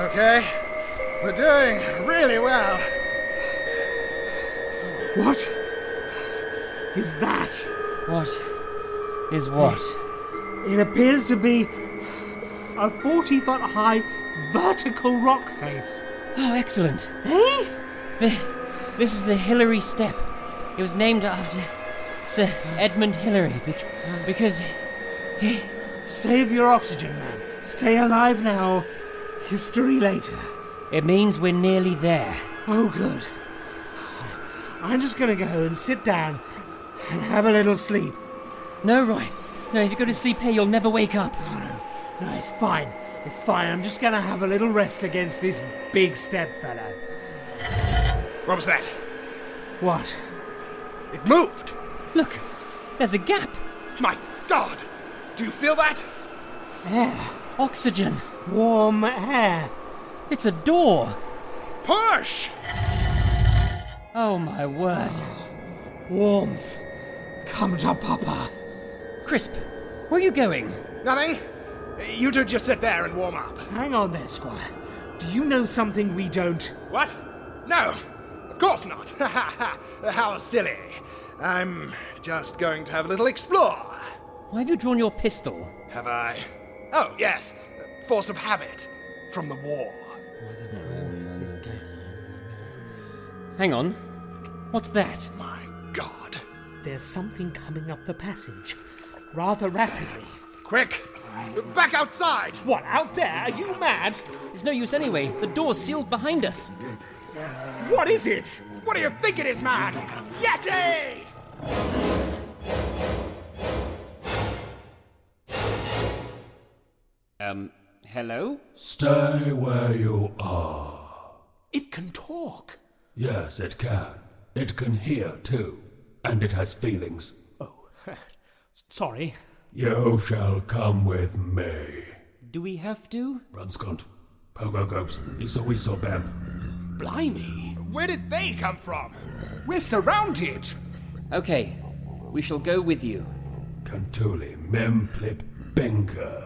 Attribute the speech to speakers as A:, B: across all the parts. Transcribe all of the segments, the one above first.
A: Okay, we're doing really well. What is that?
B: What is what?
A: It appears to be a 40 foot high vertical rock face.
B: Oh, excellent.
A: Eh?
B: The, this is the Hillary Step. It was named after Sir Edmund Hillary bec- because he.
A: Save your oxygen, man. Stay alive now. History later.
B: It means we're nearly there.
A: Oh, good. I'm just gonna go and sit down and have a little sleep.
B: No, Roy. No, if you go to sleep here, you'll never wake up.
A: No, it's fine. It's fine. I'm just gonna have a little rest against this big step fellow.
C: What was that?
A: What?
C: It moved!
B: Look, there's a gap.
C: My god! Do you feel that?
A: Air.
B: Oxygen.
A: Warm air.
B: It's a door.
C: Push!
B: Oh my word.
A: Warmth. Come to Papa.
B: Crisp, where are you going?
C: Nothing? You two just sit there and warm up.
A: Hang on there, Squire. Do you know something we don't?
C: What? No! Of course not! Ha ha ha! How silly! I'm just going to have a little explore.
B: Why have you drawn your pistol?
C: Have I? Oh, yes. Force of habit. From the war.
B: Hang on. What's that?
C: My god.
A: There's something coming up the passage. Rather rapidly.
C: Quick! Back outside!
A: What, out there? Are you mad?
B: It's no use anyway. The door's sealed behind us.
A: What is it?
C: What do you think it is, man? Yeti!
B: Um, hello?
D: Stay where you are.
A: It can talk.
D: Yes, it can. It can hear too. And it has feelings.
A: Oh, sorry.
D: You shall come with me.
B: Do we have to?
D: Run scunt. Pogo goes. Iso iso bam.
A: Blimey.
C: Where did they come from?
A: We're surrounded.
B: Okay, we shall go with you.
D: Cantuli memplip benker.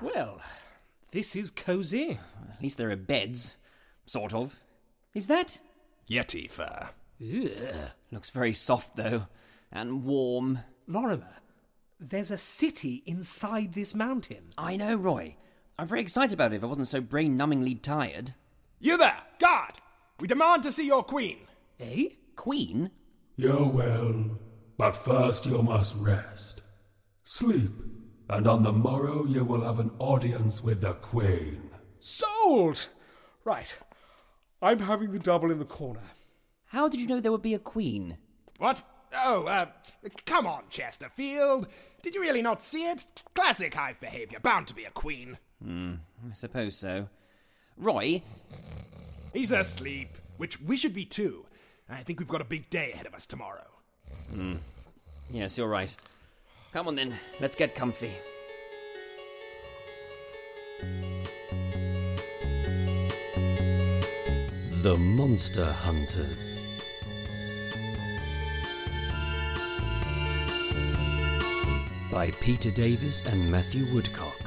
A: Well, this is cozy.
B: At least there are beds. Sort of. Is that?
C: Yeti fur.
B: Looks very soft, though. And warm.
A: Lorimer, there's a city inside this mountain.
B: I know, Roy. I'm very excited about it if I wasn't so brain numbingly tired.
C: You there! Guard! We demand to see your queen!
A: Eh?
B: Queen?
D: You will. But first you must rest. Sleep. And on the morrow you will have an audience with the Queen.
A: Sold! Right. I'm having the double in the corner.
B: How did you know there would be a queen?
C: What? Oh, uh, come on, Chesterfield. Did you really not see it? Classic hive behavior, bound to be a queen.
B: I suppose so. Roy,
C: He's asleep, which we should be too. I think we've got a big day ahead of us tomorrow.
B: Yes, you're right. Come on then, let's get comfy.
A: The Monster Hunters. By Peter Davis and Matthew Woodcock.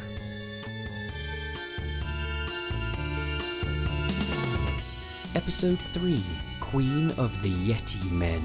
A: Episode 3 Queen of the Yeti Men.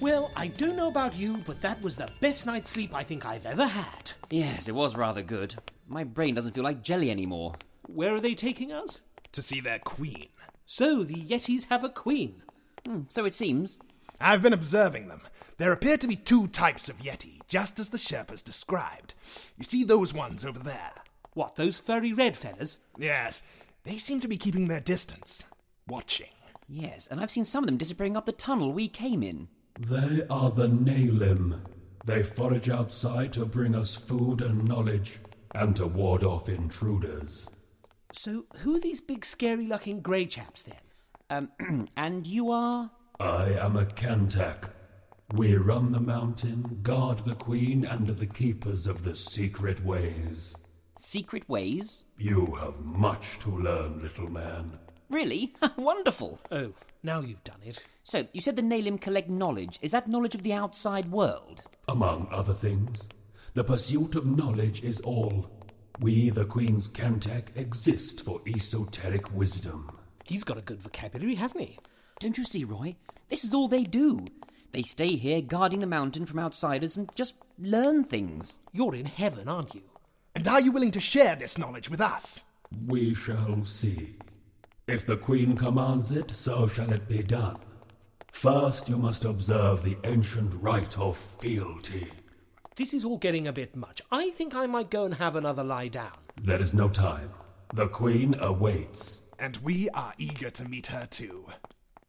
E: Well, I don't know about you, but that was the best night's sleep I think I've ever had.
F: Yes, it was rather good. My brain doesn't feel like jelly anymore.
E: Where are they taking us?
C: To see their queen.
E: So the Yetis have a queen.
F: Hmm, so it seems.
C: I've been observing them. There appear to be two types of Yeti, just as the Sherpas described. You see those ones over there?
E: What, those furry red fellas?
C: Yes. They seem to be keeping their distance, watching.
F: Yes, and I've seen some of them disappearing up the tunnel we came in.
D: They are the Nalim. They forage outside to bring us food and knowledge, and to ward off intruders.
E: So who are these big scary looking grey chaps then?
F: Um, and you are?
D: I am a Kantak. We run the mountain, guard the queen, and are the keepers of the secret ways.
F: Secret ways?
D: You have much to learn, little man.
F: Really? Wonderful!
E: Oh, now you've done it.
F: So, you said the Nalim collect knowledge. Is that knowledge of the outside world?
D: Among other things, the pursuit of knowledge is all. We, the Queen's Kantak, exist for esoteric wisdom.
E: He's got a good vocabulary, hasn't he?
F: Don't you see, Roy? This is all they do. They stay here guarding the mountain from outsiders and just learn things.
E: You're in heaven, aren't you?
C: And are you willing to share this knowledge with us?
D: We shall see. If the Queen commands it, so shall it be done. First, you must observe the ancient rite of fealty.
E: This is all getting a bit much. I think I might go and have another lie down.
D: There is no time. The Queen awaits.
C: And we are eager to meet her too.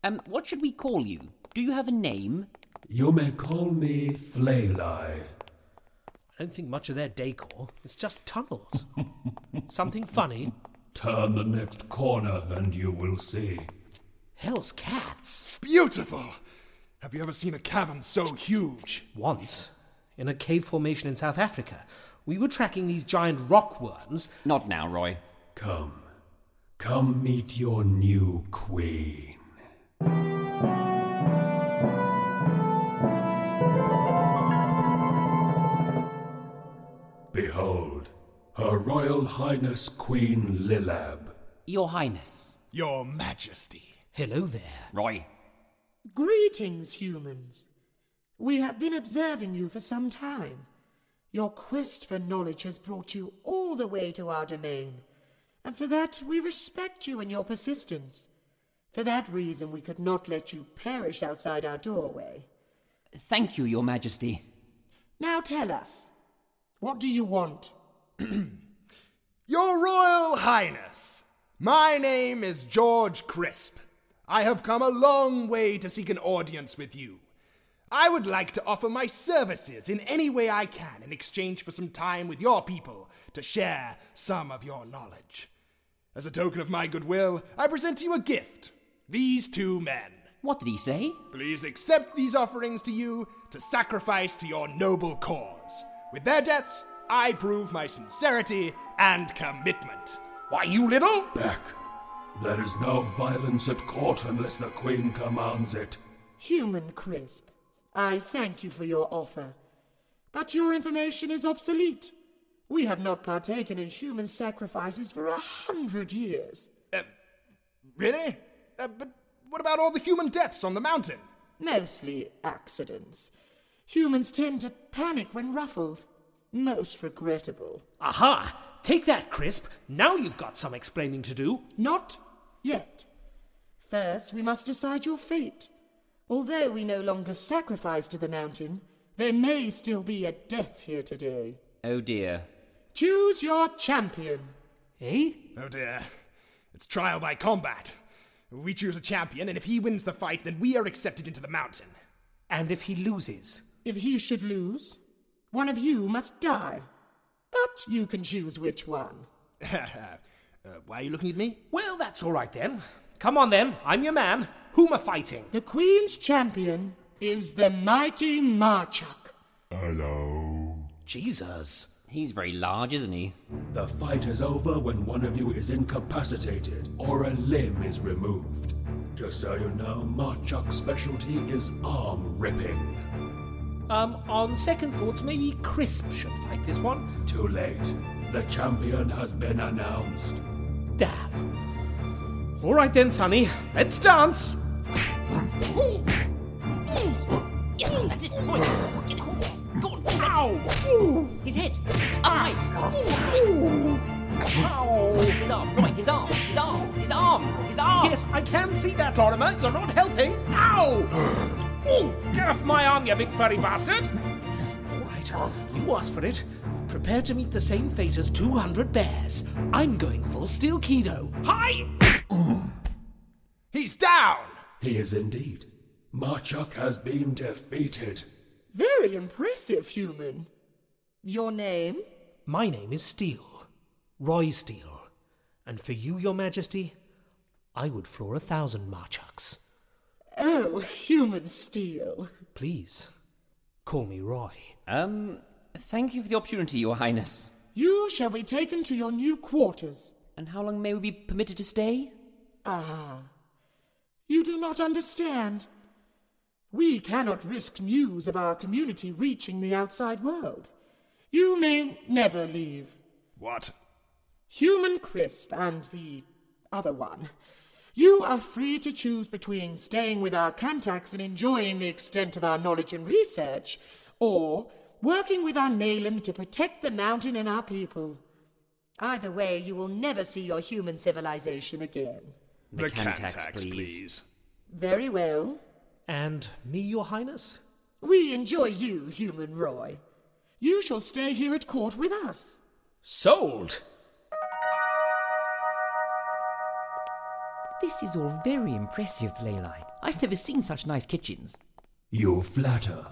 F: Um, what should we call you? Do you have a name?
D: You may call me Flaylai.
E: I don't think much of their decor. It's just tunnels. Something funny.
D: Turn the next corner and you will see.
E: Hell's cats.
C: Beautiful! Have you ever seen a cavern so huge?
E: Once, in a cave formation in South Africa, we were tracking these giant rock worms.
F: Not now, Roy.
D: Come. Come meet your new queen. Behold, Her Royal Highness Queen Lilab.
F: Your Highness.
C: Your Majesty.
E: Hello there.
F: Roy.
G: Greetings, humans. We have been observing you for some time. Your quest for knowledge has brought you all the way to our domain, and for that we respect you and your persistence. For that reason, we could not let you perish outside our doorway.
F: Thank you, Your Majesty.
G: Now tell us, what do you want?
C: Your Royal Highness, my name is George Crisp. I have come a long way to seek an audience with you. I would like to offer my services in any way I can in exchange for some time with your people to share some of your knowledge. As a token of my goodwill, I present to you a gift these two men.
F: What did he say?
C: Please accept these offerings to you to sacrifice to your noble cause. With their deaths, I prove my sincerity and commitment. Why, you little?
D: Back. There is no violence at court unless the queen commands it.
G: Human Crisp, I thank you for your offer, but your information is obsolete. We have not partaken in human sacrifices for a hundred years.
C: Uh, really? Uh, but what about all the human deaths on the mountain?
G: Mostly accidents. Humans tend to panic when ruffled. Most regrettable.
E: Aha! Take that, Crisp. Now you've got some explaining to do.
G: Not yet. First, we must decide your fate. Although we no longer sacrifice to the mountain, there may still be a death here today.
F: Oh dear.
G: Choose your champion.
E: Eh?
C: Oh dear. It's trial by combat. We choose a champion, and if he wins the fight, then we are accepted into the mountain.
E: And if he loses?
G: If he should lose, one of you must die. But you can choose which one.
C: uh, why are you looking at me?
E: Well, that's all right then. Come on then, I'm your man.
A: Whom are fighting?
G: The Queen's champion is the mighty Marchuk.
D: Hello.
A: Jesus.
H: He's very large, isn't he?
D: The fight is over when one of you is incapacitated or a limb is removed. Just so you know, Marchuk's specialty is arm ripping.
A: Um, on second thoughts, maybe Crisp should fight this one.
D: Too late. The champion has been announced.
A: Damn. All right then, Sonny. Let's dance.
F: Yes, that's it. Right. Get it. Go on. That's Ow. It. His head. Up high.
A: His
F: arm. Right, his arm. His arm. His arm. His arm.
A: Yes, I can see that, Lorimer. You're not helping. Ow! Ooh, get off my arm, you big furry bastard! All right, you asked for it. Prepare to meet the same fate as 200 bears. I'm going full steel keto. Hi!
C: He's down!
D: He is indeed. Marchuk has been defeated.
G: Very impressive, human. Your name?
A: My name is Steele. Roy Steele. And for you, Your Majesty, I would floor a thousand Marchucks.
G: Oh, human steel.
A: Please, call me Roy.
H: Um, thank you for the opportunity, Your Highness.
G: You shall be taken to your new quarters.
H: And how long may we be permitted to stay?
G: Ah. You do not understand. We cannot risk news of our community reaching the outside world. You may never leave.
C: What?
G: Human Crisp and the other one. You are free to choose between staying with our contacts and enjoying the extent of our knowledge and research, or working with our Nalem to protect the mountain and our people. Either way, you will never see your human civilization again.
C: The, the Cantax, please. please.
G: Very well.
A: And me, Your Highness?
G: We enjoy you, human Roy. You shall stay here at court with us.
A: Sold!
F: This is all very impressive, Leyline. I've never seen such nice kitchens.
D: You flatter.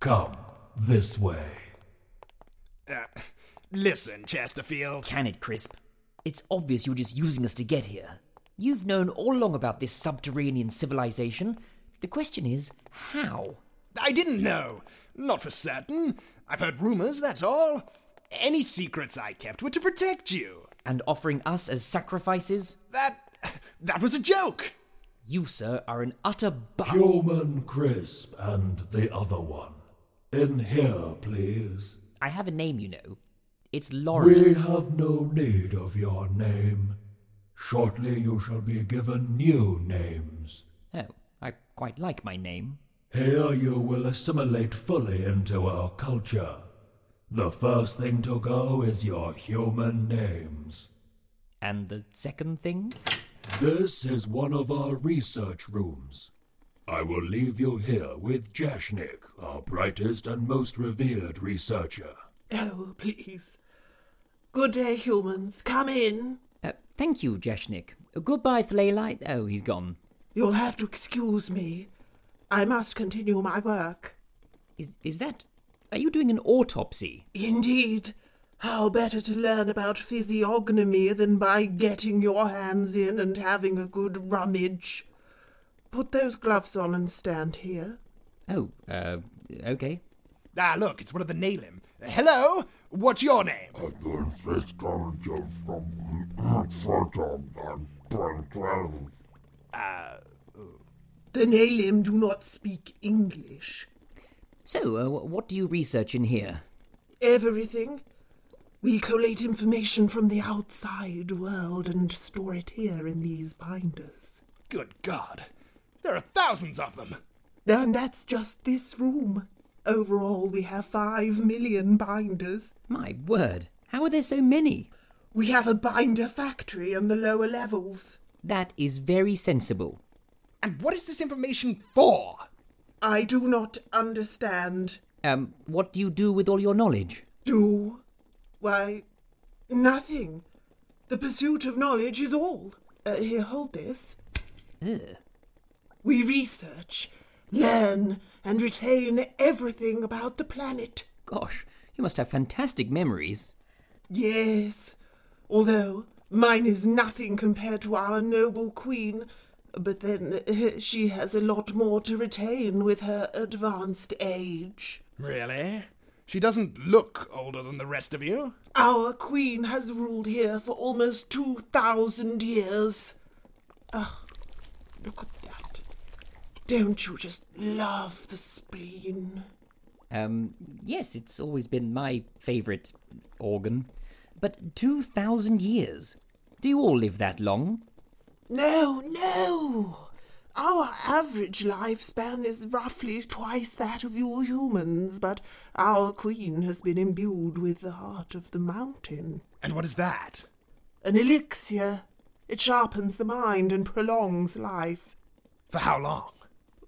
D: Come this way.
C: Uh, listen, Chesterfield.
F: Can it, Crisp? It's obvious you're just using us to get here. You've known all along about this subterranean civilization. The question is, how?
C: I didn't know. Not for certain. I've heard rumors, that's all. Any secrets I kept were to protect you.
F: And offering us as sacrifices?
C: That. that was a joke!
F: You, sir, are an utter bu-
D: Human Crisp and the other one. In here, please.
F: I have a name, you know. It's Laurie.
D: We have no need of your name. Shortly you shall be given new names.
F: Oh, I quite like my name.
D: Here you will assimilate fully into our culture. The first thing to go is your human names.
F: And the second thing?
D: This is one of our research rooms. I will leave you here with Jashnik, our brightest and most revered researcher.
I: Oh, please. Good day, humans. Come in.
F: Uh, thank you, Jashnik. Goodbye, Thlaylight. Oh, he's gone.
I: You'll have to excuse me. I must continue my work.
F: Is, is that. Are you doing an autopsy?
I: Indeed. How better to learn about physiognomy than by getting your hands in and having a good rummage? Put those gloves on and stand here.
F: Oh, uh, okay.
C: Ah, look, it's one of the Nalim. Hello, what's your name?
I: Uh, the Nalim do not speak English.
F: So, uh, what do you research in here?
I: Everything. We collate information from the outside world and store it here in these binders.
C: Good God. There are thousands of them.
I: And that's just this room. Overall, we have five million binders.
F: My word, how are there so many?
I: We have a binder factory on the lower levels.
F: That is very sensible.
C: And what is this information for?
I: I do not understand.
F: Um, what do you do with all your knowledge?
I: Do? Why, nothing. The pursuit of knowledge is all. Uh, here, hold this.
F: Ugh.
I: We research, learn, and retain everything about the planet.
F: Gosh, you must have fantastic memories.
I: Yes, although mine is nothing compared to our noble queen, But then eh, she has a lot more to retain with her advanced age.
C: Really? She doesn't look older than the rest of you.
I: Our queen has ruled here for almost 2,000 years. Ah, look at that. Don't you just love the spleen?
F: Um, yes, it's always been my favourite organ. But 2,000 years? Do you all live that long?
I: No, no! Our average lifespan is roughly twice that of you humans, but our queen has been imbued with the heart of the mountain.
C: And what is that?
I: An elixir. It sharpens the mind and prolongs life.
C: For how long?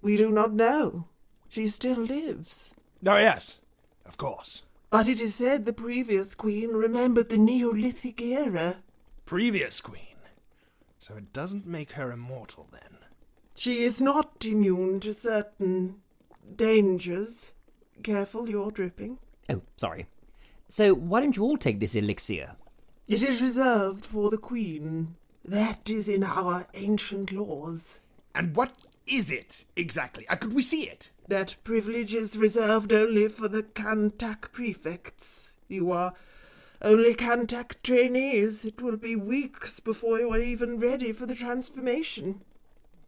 I: We do not know. She still lives.
C: Oh, yes, of course.
I: But it is said the previous queen remembered the Neolithic era.
C: Previous queen. So it doesn't make her immortal then.
I: She is not immune to certain dangers. Careful, you're dripping.
F: Oh, sorry. So why don't you all take this elixir?
I: It is reserved for the queen. That is in our ancient laws.
C: And what is it exactly? Uh, could we see it?
I: That privilege is reserved only for the Kantak prefects. You are only Kantak trainees. It will be weeks before you are even ready for the transformation.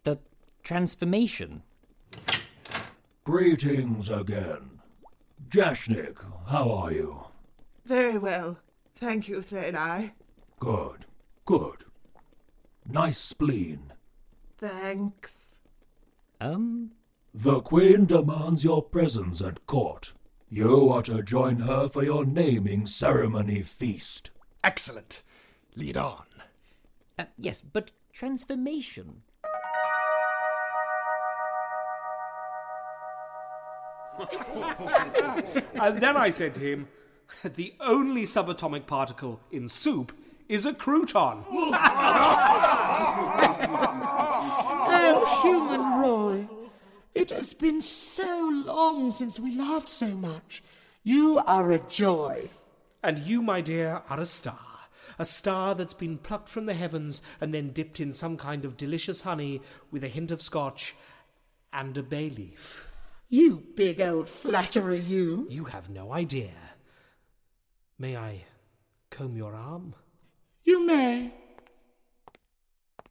F: The transformation?
D: Greetings again. Jashnik, how are you?
I: Very well. Thank you, Threlai.
D: Good, good. Nice spleen.
I: Thanks.
F: Um?
D: The Queen demands your presence at court. You are to join her for your naming ceremony feast.
C: Excellent. Lead on.
F: Uh, yes, but transformation.
E: and Uh, then I said to him, the only subatomic particle in soup is a crouton.
G: Oh, human Roy, it has been so long since we laughed so much. You are a joy.
E: And you, my dear, are a star. A star that's been plucked from the heavens and then dipped in some kind of delicious honey with a hint of scotch and a bay leaf.
G: You big old flatterer, you.
E: You have no idea. May I comb your arm?
G: You may.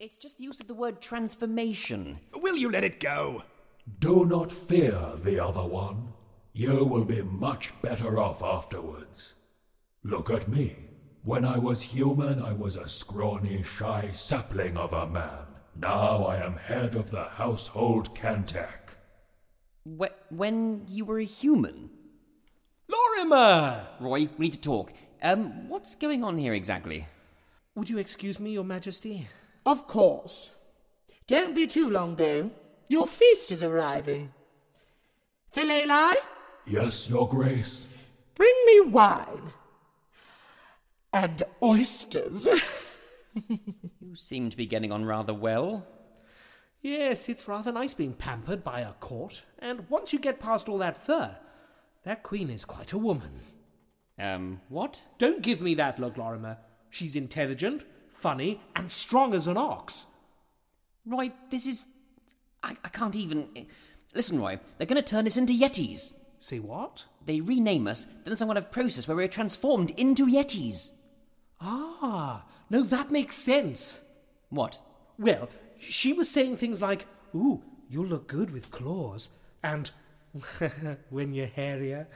F: It's just the use of the word transformation.
C: Will you let it go?
D: Do not fear the other one. You will be much better off afterwards. Look at me. When I was human, I was a scrawny, shy sapling of a man. Now I am head of the household Kantak.
F: Wh- when you were a human?
E: Lorimer!
F: Roy, we need to talk. Um, what's going on here exactly?
E: Would you excuse me, Your Majesty?
G: Of course. Don't be too long, though. Your feast is arriving. Philelai,
D: Yes, Your Grace.
G: bring me wine. And oysters.
F: You seem to be getting on rather well.
E: Yes, it's rather nice being pampered by a court, and once you get past all that fur, that queen is quite a woman.
F: Um, what?
E: Don't give me that look, Lorimer. She's intelligent, funny, and strong as an ox.
F: Roy, this is. I, I can't even. eh, Listen, Roy, they're going to turn us into Yetis.
E: Say what?
F: They rename us, then there's some kind of process where we're transformed into Yetis.
E: Ah, no, that makes sense.
F: What?
E: Well, she was saying things like, Ooh, you'll look good with claws, and when you're hairier.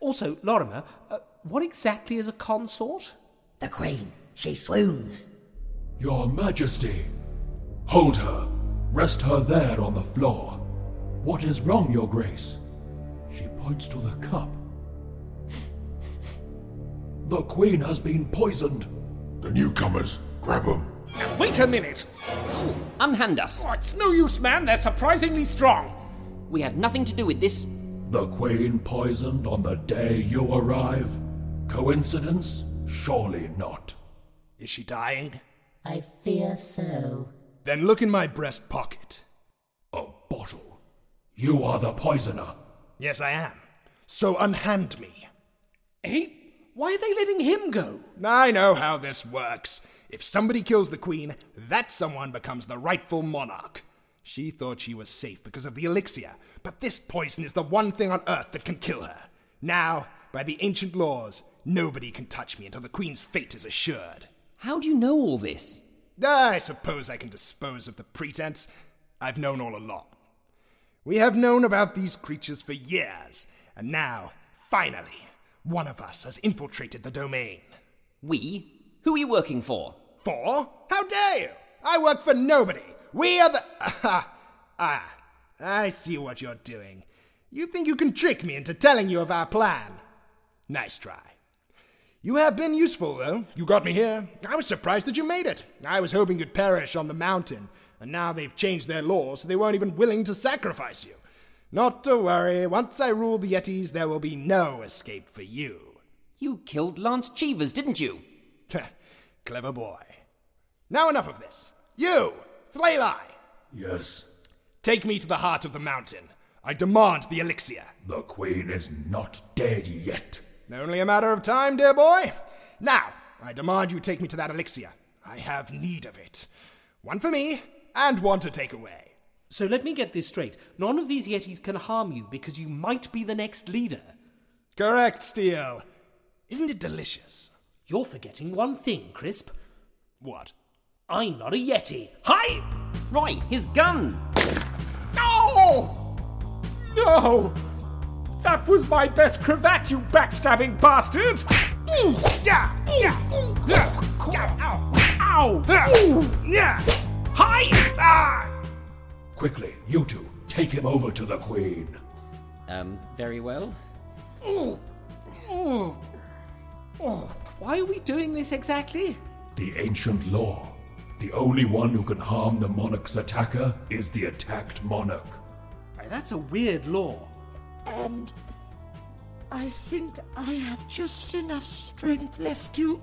E: Also, Lorimer, uh, what exactly is a consort?
J: The queen, she swoons.
D: Your Majesty! Hold her! Rest her there on the floor! What is wrong, Your Grace? She points to the cup. The Queen has been poisoned! The newcomers, grab 'em.
E: Wait a minute!
F: Unhand us.
E: Oh, it's no use, man. They're surprisingly strong.
F: We had nothing to do with this.
D: The Queen poisoned on the day you arrive? Coincidence? Surely not.
C: Is she dying?
J: I fear so.
C: Then look in my breast pocket.
D: A bottle. You are the poisoner.
C: Yes, I am. So unhand me.
E: Hey, why are they letting him go?
C: I know how this works. If somebody kills the queen, that someone becomes the rightful monarch. She thought she was safe because of the elixir, but this poison is the one thing on earth that can kill her. Now, by the ancient laws, nobody can touch me until the queen's fate is assured.
F: How do you know all this?
C: I suppose I can dispose of the pretense. I've known all along. We have known about these creatures for years, and now, finally, one of us has infiltrated the domain.
F: We? Who are you working for?
C: For? How dare you! I work for nobody! We are the. Ah, ah, I see what you're doing. You think you can trick me into telling you of our plan. Nice try. You have been useful, though. You got me here. I was surprised that you made it. I was hoping you'd perish on the mountain, and now they've changed their laws so they weren't even willing to sacrifice you. Not to worry, once I rule the Yetis, there will be no escape for you.
F: You killed Lance Cheevers, didn't you?
C: Clever boy. Now enough of this. You, Thlali,
D: Yes,
C: take me to the heart of the mountain. I demand the elixir.
D: the queen is not dead yet.
C: Only a matter of time, dear boy. Now, I demand you take me to that elixir. I have need of it. One for me, and one to take away.
A: So let me get this straight. None of these Yetis can harm you because you might be the next leader.
C: Correct, Steele. Isn't it delicious?
A: You're forgetting one thing, Crisp.
C: What?
A: I'm not a Yeti. Hi!
F: Right, his gun!
A: No! No! That was my best cravat, you backstabbing bastard!
F: Mm.
A: Yeah! Yeah! Yeah! Ow! Ow! Yeah! Hi! Ah!
D: Quickly, you two, take him over to the queen.
F: Um, very well.
A: Ooh. Ooh. Oh, why are we doing this exactly?
D: The ancient law. The only one who can harm the monarch's attacker is the attacked monarch.
A: Why, That's a weird law.
G: And I think I have just enough strength left to.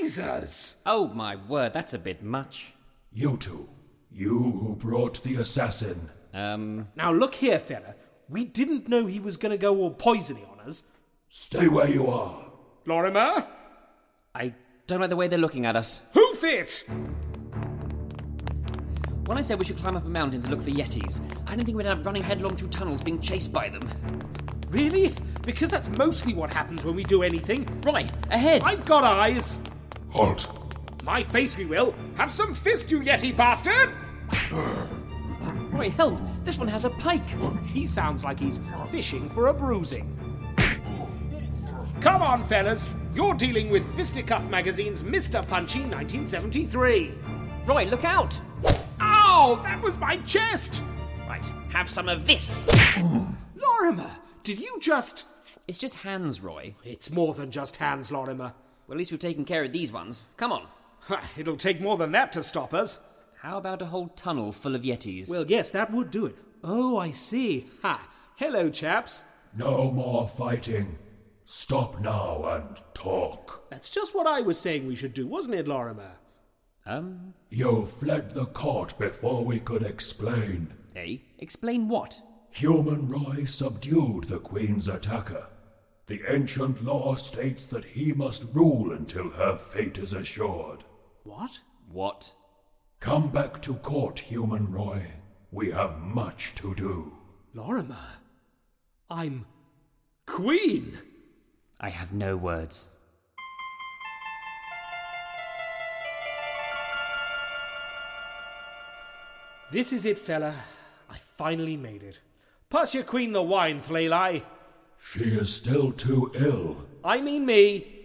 A: Jesus!
F: Oh my word, that's a bit much.
D: You two, you who brought the assassin.
F: Um,
A: Now look here, fella. We didn't know he was gonna go all poisony on us.
D: Stay where you are.
A: Lorimer?
F: I don't like the way they're looking at us.
A: Who fit?
F: When I said we should climb up a mountain to look for Yetis, I didn't think we'd end up running headlong through tunnels being chased by them.
A: Really? Because that's mostly what happens when we do anything.
F: Right, ahead!
A: I've got eyes!
D: Halt!
A: My face we will! Have some fist, you Yeti bastard!
F: Right, help! This one has a pike!
A: He sounds like he's fishing for a bruising. Come on, fellas! You're dealing with Fisticuff Magazine's Mr. Punchy 1973.
F: Right, look out!
A: Ow! That was my chest!
F: Right, have some of this!
A: Lorimer, did you just.
F: It's just hands, Roy.
A: It's more than just hands, Lorimer.
F: Well, at least we've taken care of these ones. Come on.
A: Ha, It'll take more than that to stop us.
F: How about a whole tunnel full of Yetis?
A: Well, yes, that would do it. Oh, I see. Ha! Hello, chaps.
D: No more fighting. Stop now and talk.
A: That's just what I was saying we should do, wasn't it, Lorimer?
F: um,
D: You fled the court before we could explain.
F: A. Explain what?
D: Human Roy subdued the Queen's attacker. The ancient law states that he must rule until her fate is assured.
A: What?
F: What?
D: Come back to court, Human Roy. We have much to do.
A: Lorimer? I'm. Queen!
F: I have no words.
A: This is it, fella. I finally made it. Pass your queen the wine, Thlali.
D: She is still too ill.
A: I mean me.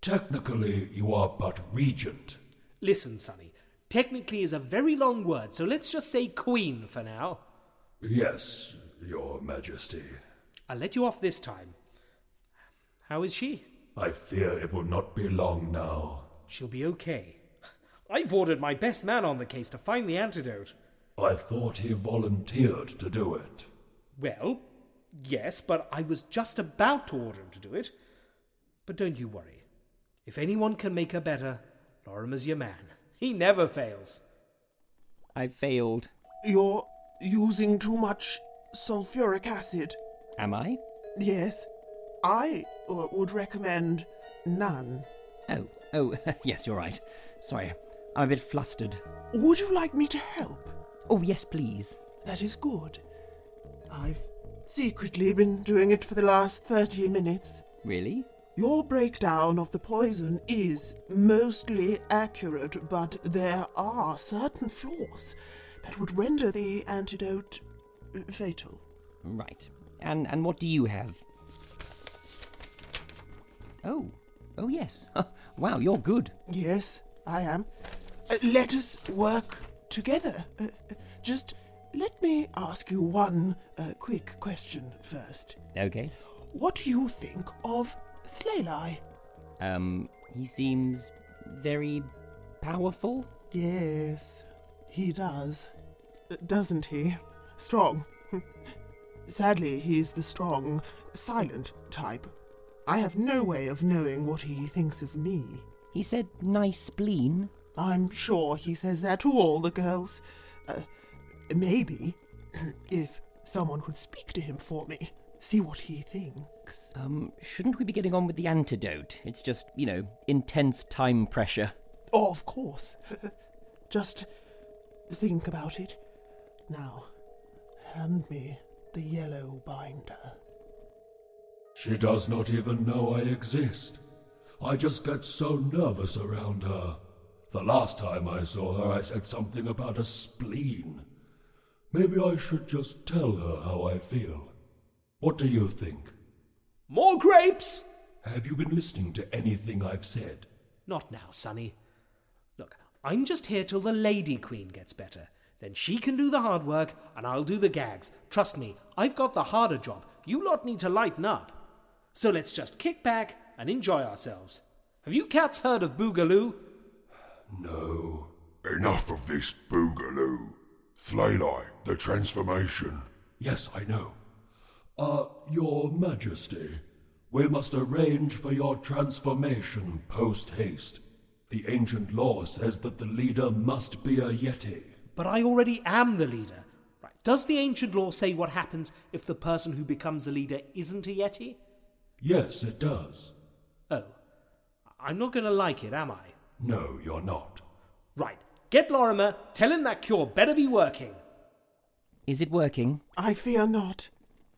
D: Technically, you are but regent.
A: Listen, Sonny. Technically is a very long word, so let's just say queen for now.
D: Yes, Your Majesty.
A: I'll let you off this time. How is she?
D: I fear it will not be long now.
A: She'll be okay. I've ordered my best man on the case to find the antidote.
D: I thought he volunteered to do it.
A: Well, yes, but I was just about to order him to do it. But don't you worry. If anyone can make her better, Lorimer's your man. He never fails.
F: I failed.
I: You're using too much sulfuric acid.
F: Am I?
I: Yes, I uh, would recommend none.
F: Oh, Oh, yes, you're right. Sorry, I'm a bit flustered.
I: Would you like me to help?
F: Oh, yes, please.
I: That is good. I've secretly been doing it for the last 30 minutes.
F: Really?
I: Your breakdown of the poison is mostly accurate, but there are certain flaws that would render the antidote fatal.
F: Right. And and what do you have? Oh, oh yes. wow, you're good.
I: Yes, I am. Uh, let us work together. Uh, uh, just let me ask you one uh, quick question first.
F: Okay.
I: What do you think of Thlali?
F: Um, he seems very powerful.
I: Yes, he does. Doesn't he? Strong. Sadly, he's the strong, silent type. I have no way of knowing what he thinks of me.
F: He said, nice spleen.
I: I'm sure he says that to all the girls. Uh, maybe, if someone could speak to him for me, see what he thinks.
F: Um, shouldn't we be getting on with the antidote? It's just, you know, intense time pressure.
I: Oh, of course. Just think about it. Now, hand me the yellow binder.
D: She does not even know I exist. I just get so nervous around her. The last time I saw her, I said something about a spleen. Maybe I should just tell her how I feel. What do you think?
A: More grapes!
D: Have you been listening to anything I've said?
A: Not now, Sonny. Look, I'm just here till the Lady Queen gets better. Then she can do the hard work, and I'll do the gags. Trust me, I've got the harder job. You lot need to lighten up. So let's just kick back and enjoy ourselves. Have you cats heard of Boogaloo?
D: No.
K: Enough of this boogaloo. Thlali, the transformation.
D: Yes, I know. Uh, Your Majesty, we must arrange for your transformation post haste. The ancient law says that the leader must be a Yeti.
A: But I already am the leader. Right. Does the ancient law say what happens if the person who becomes the leader isn't a Yeti?
D: Yes, it does.
A: Oh. I'm not going to like it, am I?
D: No, you're not.
A: Right. Get Lorimer. Tell him that cure better be working.
F: Is it working?
I: I fear not.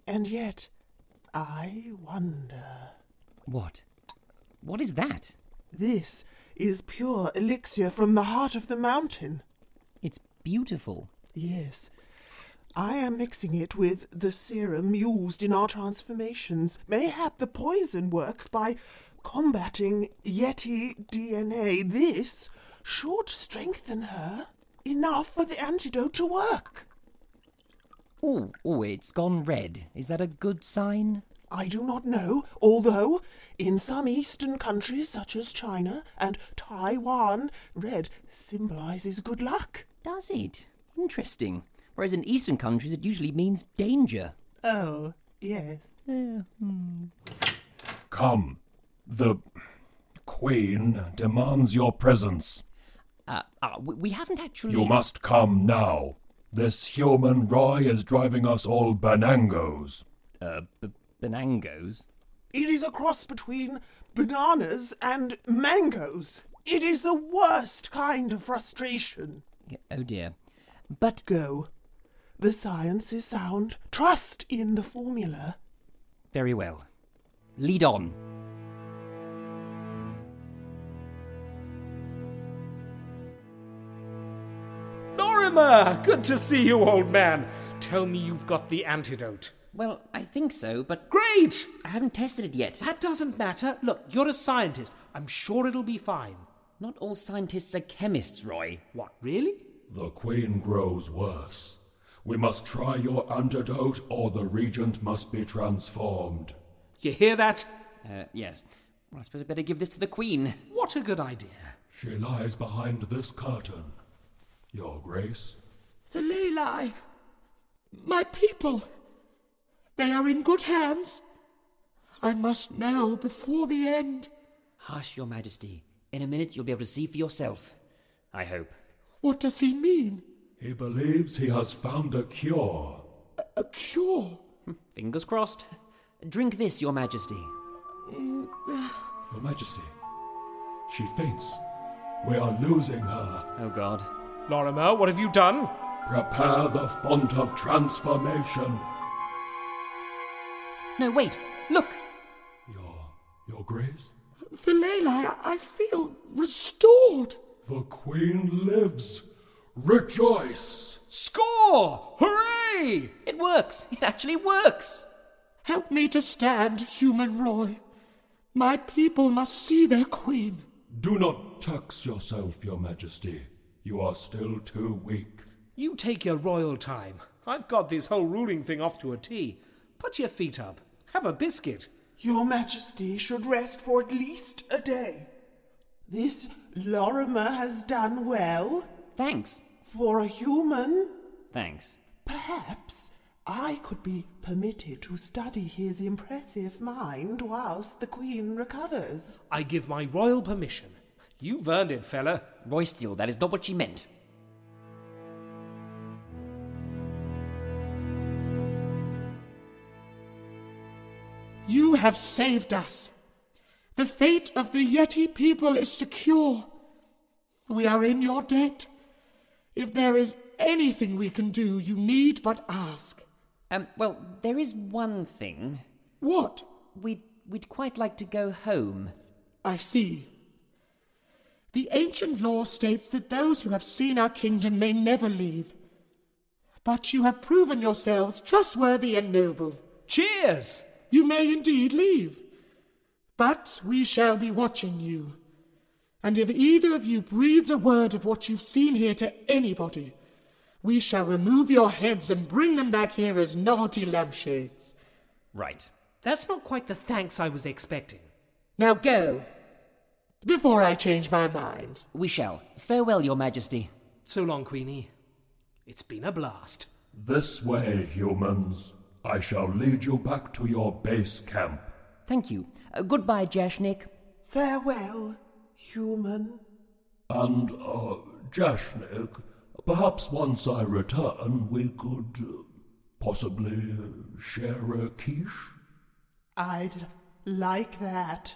I: And yet, I wonder.
F: What? What is that?
I: This is pure elixir from the heart of the mountain.
F: It's beautiful.
I: Yes. I am mixing it with the serum used in our transformations. Mayhap the poison works by combating Yeti DNA. This should strengthen her enough for the antidote to work.
F: Oh, oh, it's gone red. Is that a good sign?
I: I do not know, although in some eastern countries such as China and Taiwan, red symbolizes good luck.
F: Does it? Interesting. Whereas in eastern countries it usually means danger.
I: Oh, yes.
F: Yeah, hmm.
D: Come. The Queen demands your presence.
F: Uh, uh, we- we haven't actually.
D: You must come now. This human Roy is driving us all banangos.
F: Uh, b- banangos?
I: It is a cross between bananas and mangoes. It is the worst kind of frustration.
F: Oh dear. But.
I: Go. The science is sound. Trust in the formula.
F: Very well. Lead on.
A: Lorimer! Good to see you, old man. Tell me you've got the antidote.
F: Well, I think so, but.
A: Great!
F: I haven't tested it yet.
A: That doesn't matter. Look, you're a scientist. I'm sure it'll be fine.
F: Not all scientists are chemists, Roy.
A: What, really?
D: The Queen grows worse. We must try your antidote, or the Regent must be transformed.
A: You hear that?
F: Uh, yes. Well, I suppose I better give this to the Queen.
A: What a good idea.
D: She lies behind this curtain. Your Grace?
G: The Lelai. My people. They are in good hands. I must know before the end.
F: Hush, Your Majesty. In a minute you'll be able to see for yourself. I hope.
G: What does he mean?
D: He believes he has found a cure.
G: A cure?
F: Fingers crossed. Drink this, Your Majesty.
D: Your Majesty, She faints. We are losing her.
B: Oh god.
E: Lorimer, what have you done?
D: Prepare the font of transformation.
F: No, wait. Look.
D: Your Grace,
G: The Leyline, I- I feel restored.
D: the Queen lives. Rejoice!
E: Score! Hooray!
F: It works. It actually works.
G: Help me to stand, human Roy. My people must see their queen.
D: Do not tax yourself, Your Majesty. You are still too weak.
E: You take your royal time. I've got this whole ruling thing off to a tee. Put your feet up. Have a biscuit.
I: Your Majesty should rest for at least a day. This Lorimer has done well.
B: Thanks.
I: For a human,
B: Thanks.
I: perhaps I could be permitted to study his impressive mind whilst the Queen recovers.
E: I give my royal permission. You've earned it, fella.
F: Roy Steele, that is not what she meant.
G: You have saved us. The fate of the Yeti people is secure. We are in your debt. If there is anything we can do, you need but ask.
F: Um, well, there is one thing.
G: What?
F: We'd, we'd quite like to go home.
G: I see. The ancient law states that those who have seen our kingdom may never leave. But you have proven yourselves trustworthy and noble.
E: Cheers!
G: You may indeed leave. But we shall be watching you. And if either of you breathes a word of what you've seen here to anybody, we shall remove your heads and bring them back here as novelty lampshades.
F: Right.
E: That's not quite the thanks I was expecting.
G: Now go, before I change my mind.
F: We shall. Farewell, Your Majesty.
E: So long, Queenie. It's been a blast.
D: This way, humans. I shall lead you back to your base camp.
F: Thank you. Uh, goodbye, Jashnik.
I: Farewell, human.
D: And, uh, Jashnik, perhaps once I return, we could uh, possibly uh, share a quiche?
I: I'd like that.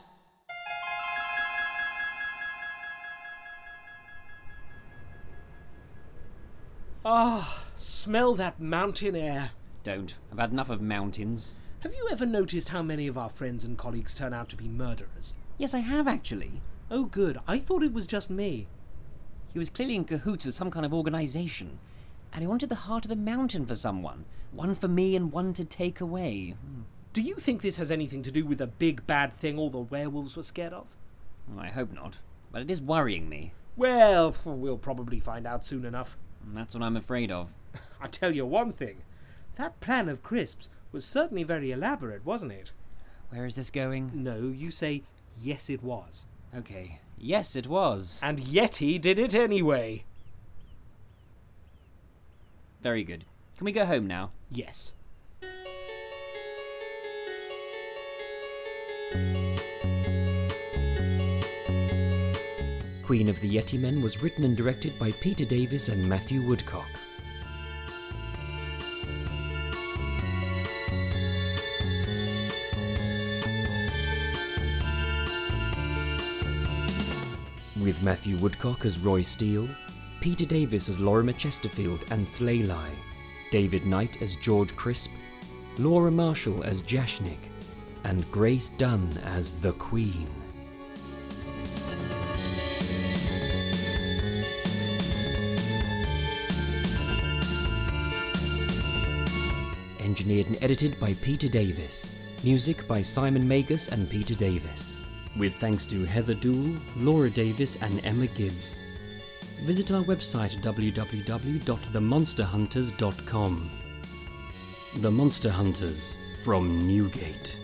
E: Ah, smell that mountain air.
F: Don't. I've had enough of mountains.
E: Have you ever noticed how many of our friends and colleagues turn out to be murderers?
F: Yes, I have actually.
E: Oh, good. I thought it was just me.
F: He was clearly in cahoots with some kind of organization. And he wanted the heart of the mountain for someone. One for me and one to take away. Hmm.
E: Do you think this has anything to do with the big bad thing all the werewolves were scared of?
F: Well, I hope not. But it is worrying me.
E: Well, we'll probably find out soon enough.
F: And that's what I'm afraid of.
E: I tell you one thing that plan of Crisp's was certainly very elaborate, wasn't it?
F: Where is this going?
E: No, you say yes, it was.
F: Okay. Yes, it was.
E: And yet he did it anyway.
F: Very good. Can we go home now?
E: Yes.
A: Queen of the Yeti Men was written and directed by Peter Davis and Matthew Woodcock. With Matthew Woodcock as Roy Steele, Peter Davis as Lorimer Chesterfield and Thlali, David Knight as George Crisp, Laura Marshall as Jashnik, and Grace Dunn as the Queen. engineered and edited by Peter Davis. Music by Simon Magus and Peter Davis. With thanks to Heather Dool, Laura Davis, and Emma Gibbs. Visit our website www.themonsterhunters.com. The Monster Hunters from Newgate.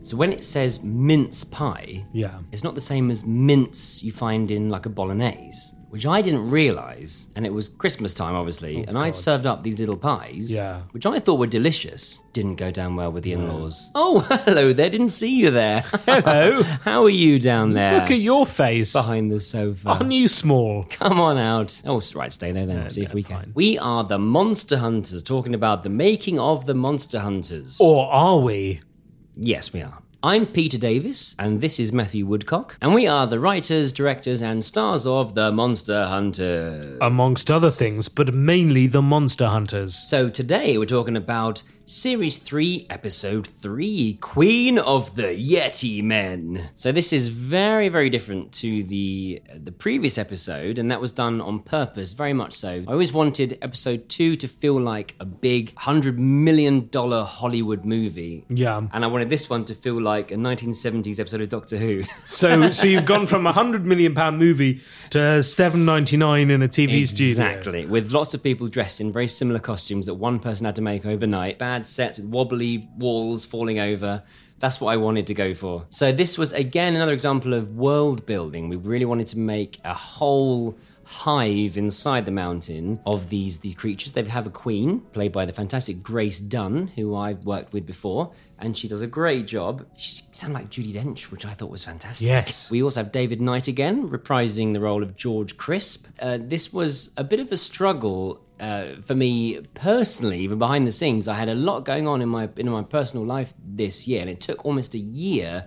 B: So when it says mince pie,
L: Yeah.
B: it's not the same as mince you find in like a bolognese, which I didn't realize. And it was Christmas time, obviously, and I'd served up these little pies,
L: Yeah.
B: which I thought were delicious. Didn't go down well with the in-laws. Oh, hello there! Didn't see you there. Hello. How are you down there?
E: Look at your face
B: behind the sofa.
E: Aren't you small?
B: Come on out. Oh, s- right, stay there then. See if we can. We are the Monster Hunters, talking about the making of the Monster Hunters.
E: Or are we?
B: Yes, we are. I'm Peter Davis, and this is Matthew Woodcock, and we are the writers, directors, and stars of The Monster Hunter.
E: Amongst other things, but mainly the Monster Hunters.
B: So today we're talking about Series 3, Episode 3 Queen of the Yeti Men. So this is very, very different to the, the previous episode, and that was done on purpose, very much so. I always wanted Episode 2 to feel like a big $100 million Hollywood movie.
E: Yeah.
B: And I wanted this one to feel like a 1970s episode of Doctor Who.
E: So, so you've gone from a hundred million pound movie to seven ninety nine in a TV studio.
B: Exactly. With lots of people dressed in very similar costumes that one person had to make overnight. Bad sets with wobbly walls falling over. That's what I wanted to go for. So this was again another example of world building. We really wanted to make a whole hive inside the mountain of these these creatures. They have a queen played by the fantastic Grace Dunn, who I've worked with before, and she does a great job. She sounded like Judy Dench, which I thought was fantastic.
E: Yes.
B: We also have David Knight again, reprising the role of George Crisp. Uh, this was a bit of a struggle. Uh, for me personally, even behind the scenes, I had a lot going on in my in my personal life this year, and it took almost a year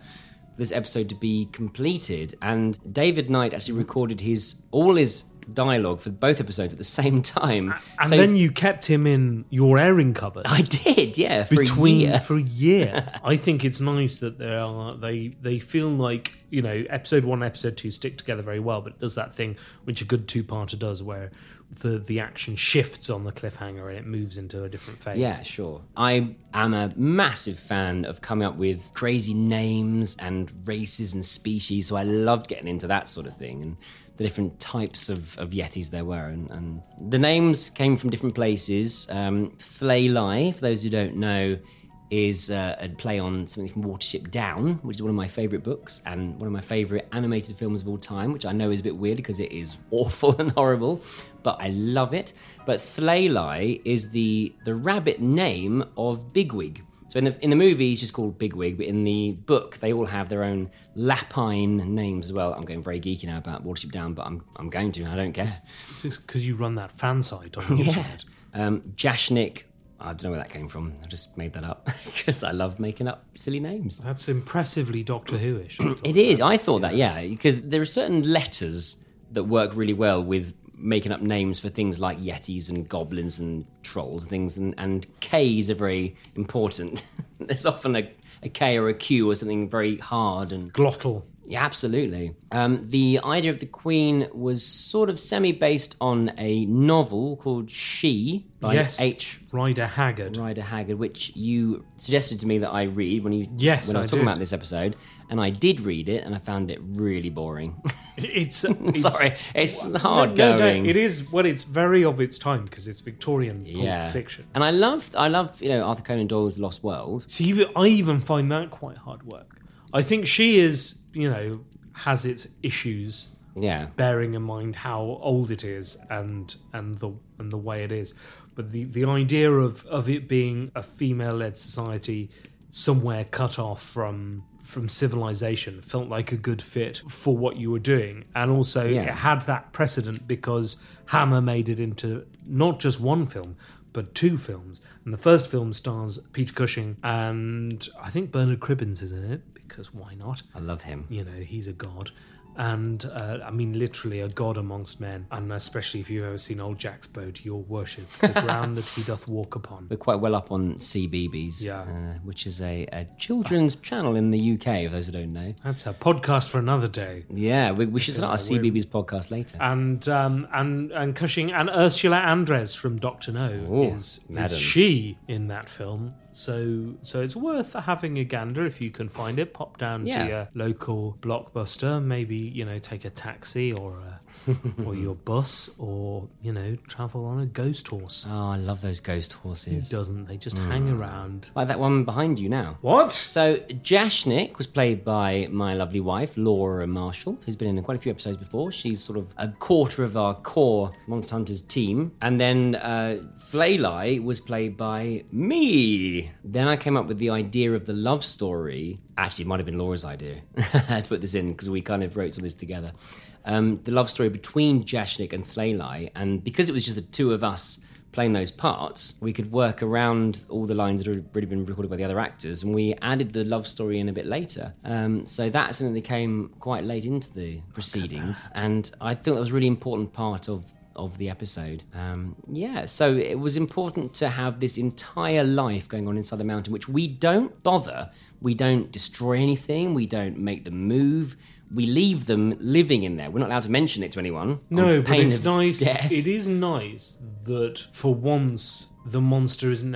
B: for this episode to be completed. And David Knight actually recorded his all his dialogue for both episodes at the same time.
E: And
B: So-
E: then you kept him in your airing cupboard.
B: I did, yeah, for a
E: Between
B: year.
E: for a year. I think it's nice that they are they they feel like you know episode one, episode two stick together very well, but it does that thing which a good two parter does, where the the action shifts on the cliffhanger and it moves into a different phase.
B: Yeah, sure. I am a massive fan of coming up with crazy names and races and species, so I loved getting into that sort of thing and the different types of, of yetis there were. And, and the names came from different places. Um, Flay Lai, for those who don't know, is uh, a play on something from Watership Down, which is one of my favourite books and one of my favourite animated films of all time, which I know is a bit weird because it is awful and horrible, but I love it. But Thlaeli is the the rabbit name of Bigwig. So in the in the movie, he's just called Bigwig, but in the book, they all have their own lapine names as well. I'm going very geeky now about Watership Down, but I'm I'm going to. I don't care.
E: because you run that fan site on the internet.
B: Um, Jashnik, I don't know where that came from. I just made that up because I love making up silly names.
E: That's impressively Doctor Who-ish.
B: It is. I thought that, yeah, because there are certain letters that work really well with making up names for things like yetis and goblins and trolls and things, and, and Ks are very important. There's often a, a K or a Q or something very hard and
E: glottal.
B: Yeah, absolutely. Um, the idea of the Queen was sort of semi based on a novel called She by
E: Yes,
B: H.
E: Rider Haggard.
B: Rider Haggard, which you suggested to me that I read when you
E: Yes,
B: when I
E: I
B: was talking
E: did.
B: about this episode, and I did read it, and I found it really boring.
E: It's, it's
B: Sorry, it's
E: No,
B: hard
E: no,
B: going.
E: No, it is. Well, it's very of its time because it's Victorian pulp
B: yeah,
E: fiction.
B: and I love, I love, you know, Arthur Conan Doyle's Lost World.
E: So even, I even find that quite hard work. I think she is, you know, has its issues.
B: Yeah.
E: Bearing in mind how old it is and and the and the way it is, but the the idea of of it being a female led society somewhere cut off from from civilization felt like a good fit for what you were doing and also
B: Yeah.
E: it had that precedent because hammer made it into not just one film but two films. And the first film stars Peter Cushing and I think Bernard Cribbins is in it because why not?
B: I love him.
E: You know, he's a god. And uh, I mean, literally a god amongst men. And especially if you've ever seen Old Jack's boat, you'll worship the ground that he doth walk upon.
B: We're quite well up on CBBS,
E: Yeah.
B: uh, which is a, a children's channel in the UK. For those who don't know,
E: That's a podcast for another day.
B: yeah, we, we should
E: Because
B: start a
E: we're-
B: CBBS podcast later.
E: And um, and and Cushing and Ursula Andres from Doctor No
B: Ooh,
E: is,
B: madam.
E: is she in that film? So so it's worth having a gander if you can find it. Pop down
B: Yeah.
E: to your local blockbuster, maybe you know take a taxi or a, or your bus, or you know, travel on a ghost horse.
B: Oh, I love those ghost horses.
E: Who doesn't? They just hang around.
B: Like that one behind you now.
E: What?
B: So Jashnik was played by my lovely wife, Laura Marshall, who's been in quite a few episodes before. She's sort of a quarter of our core Monster Hunters team. And then uh, Flaylie was played by me. Then I came up with the idea of the love story. Actually, it might have been Laura's idea to put this in because we kind of wrote all this together. Um, the love story between Jashnik and Flaylie. And because it was just the two of us playing those parts, we could work around all the lines that had already been recorded by the other actors, and we added the love story in a bit later. Um, so that's something that came quite late into the proceedings, and I think that was a really important part of of the episode. Um, yeah, so it was important to have this entire life going on inside the mountain, which we don't bother. We don't destroy anything. We don't make them move. We leave them living in there. We're not allowed to mention it to anyone.
E: No,
B: on
E: but
B: pain
E: it's
B: of
E: nice.
B: death.
E: It is nice that for once the monster isn't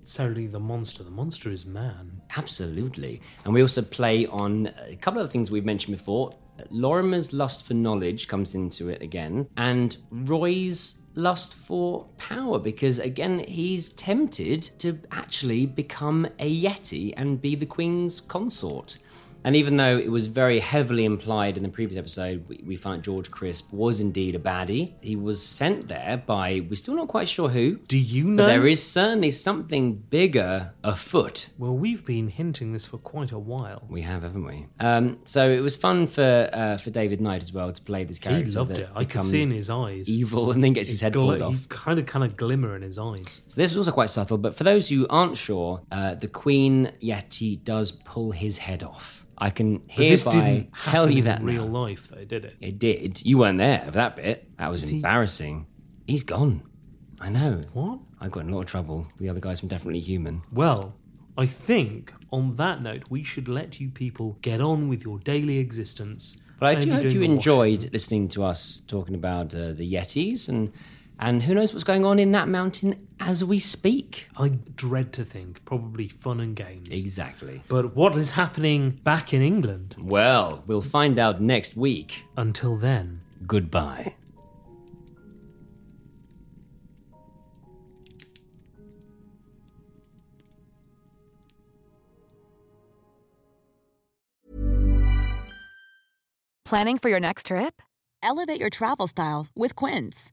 E: necessarily the monster. The monster is man.
B: Absolutely. And we also play on a couple of things we've mentioned before. Lorimer's lust for knowledge comes into it again, and Roy's lust for power, because again, he's tempted to actually become a Yeti and be the Queen's consort. And even though it was very heavily implied in the previous episode, we, we found George Crisp was indeed a baddie. He was sent there by, we're still not quite sure who.
E: Do you
B: But
E: know?
B: there is certainly something bigger afoot.
E: Well, we've been hinting this for quite a while.
B: We have, haven't we? Um, so it was fun for uh, for David Knight as well to play this character.
E: he loved
B: that
E: it. I could
B: becomes
E: see in his eyes
B: Evil, and then gets his
E: It
B: head
E: gl-
B: pulled off.
E: He kind of, kind of glimmer in his eyes.
B: So this was also quite subtle. But for those who aren't sure, uh, the Queen Yeti does pull his head off. I can
E: But this
B: hereby
E: didn't
B: tell
E: happen
B: you
E: in
B: that
E: real
B: now.
E: life, though, did it?
B: It did. You weren't there for that bit. That was
E: Is he-
B: embarrassing. He's gone. I know.
E: What?
B: I got in a lot of trouble. The other guys from Definitely Human.
E: Well, I think on that note, we should let you people get on with your daily existence.
B: But I
E: Maybe
B: do hope
E: doing
B: you
E: the washing.
B: enjoyed listening to us talking about uh, the Yetis and and who knows what's going on in that mountain as we speak.
E: I dread to think, probably fun and games.
B: Exactly.
E: But what is happening back in England?
B: Well, we'll find out next week.
E: Until then,
B: goodbye.
M: Planning for your next trip? Elevate your travel style with Quince.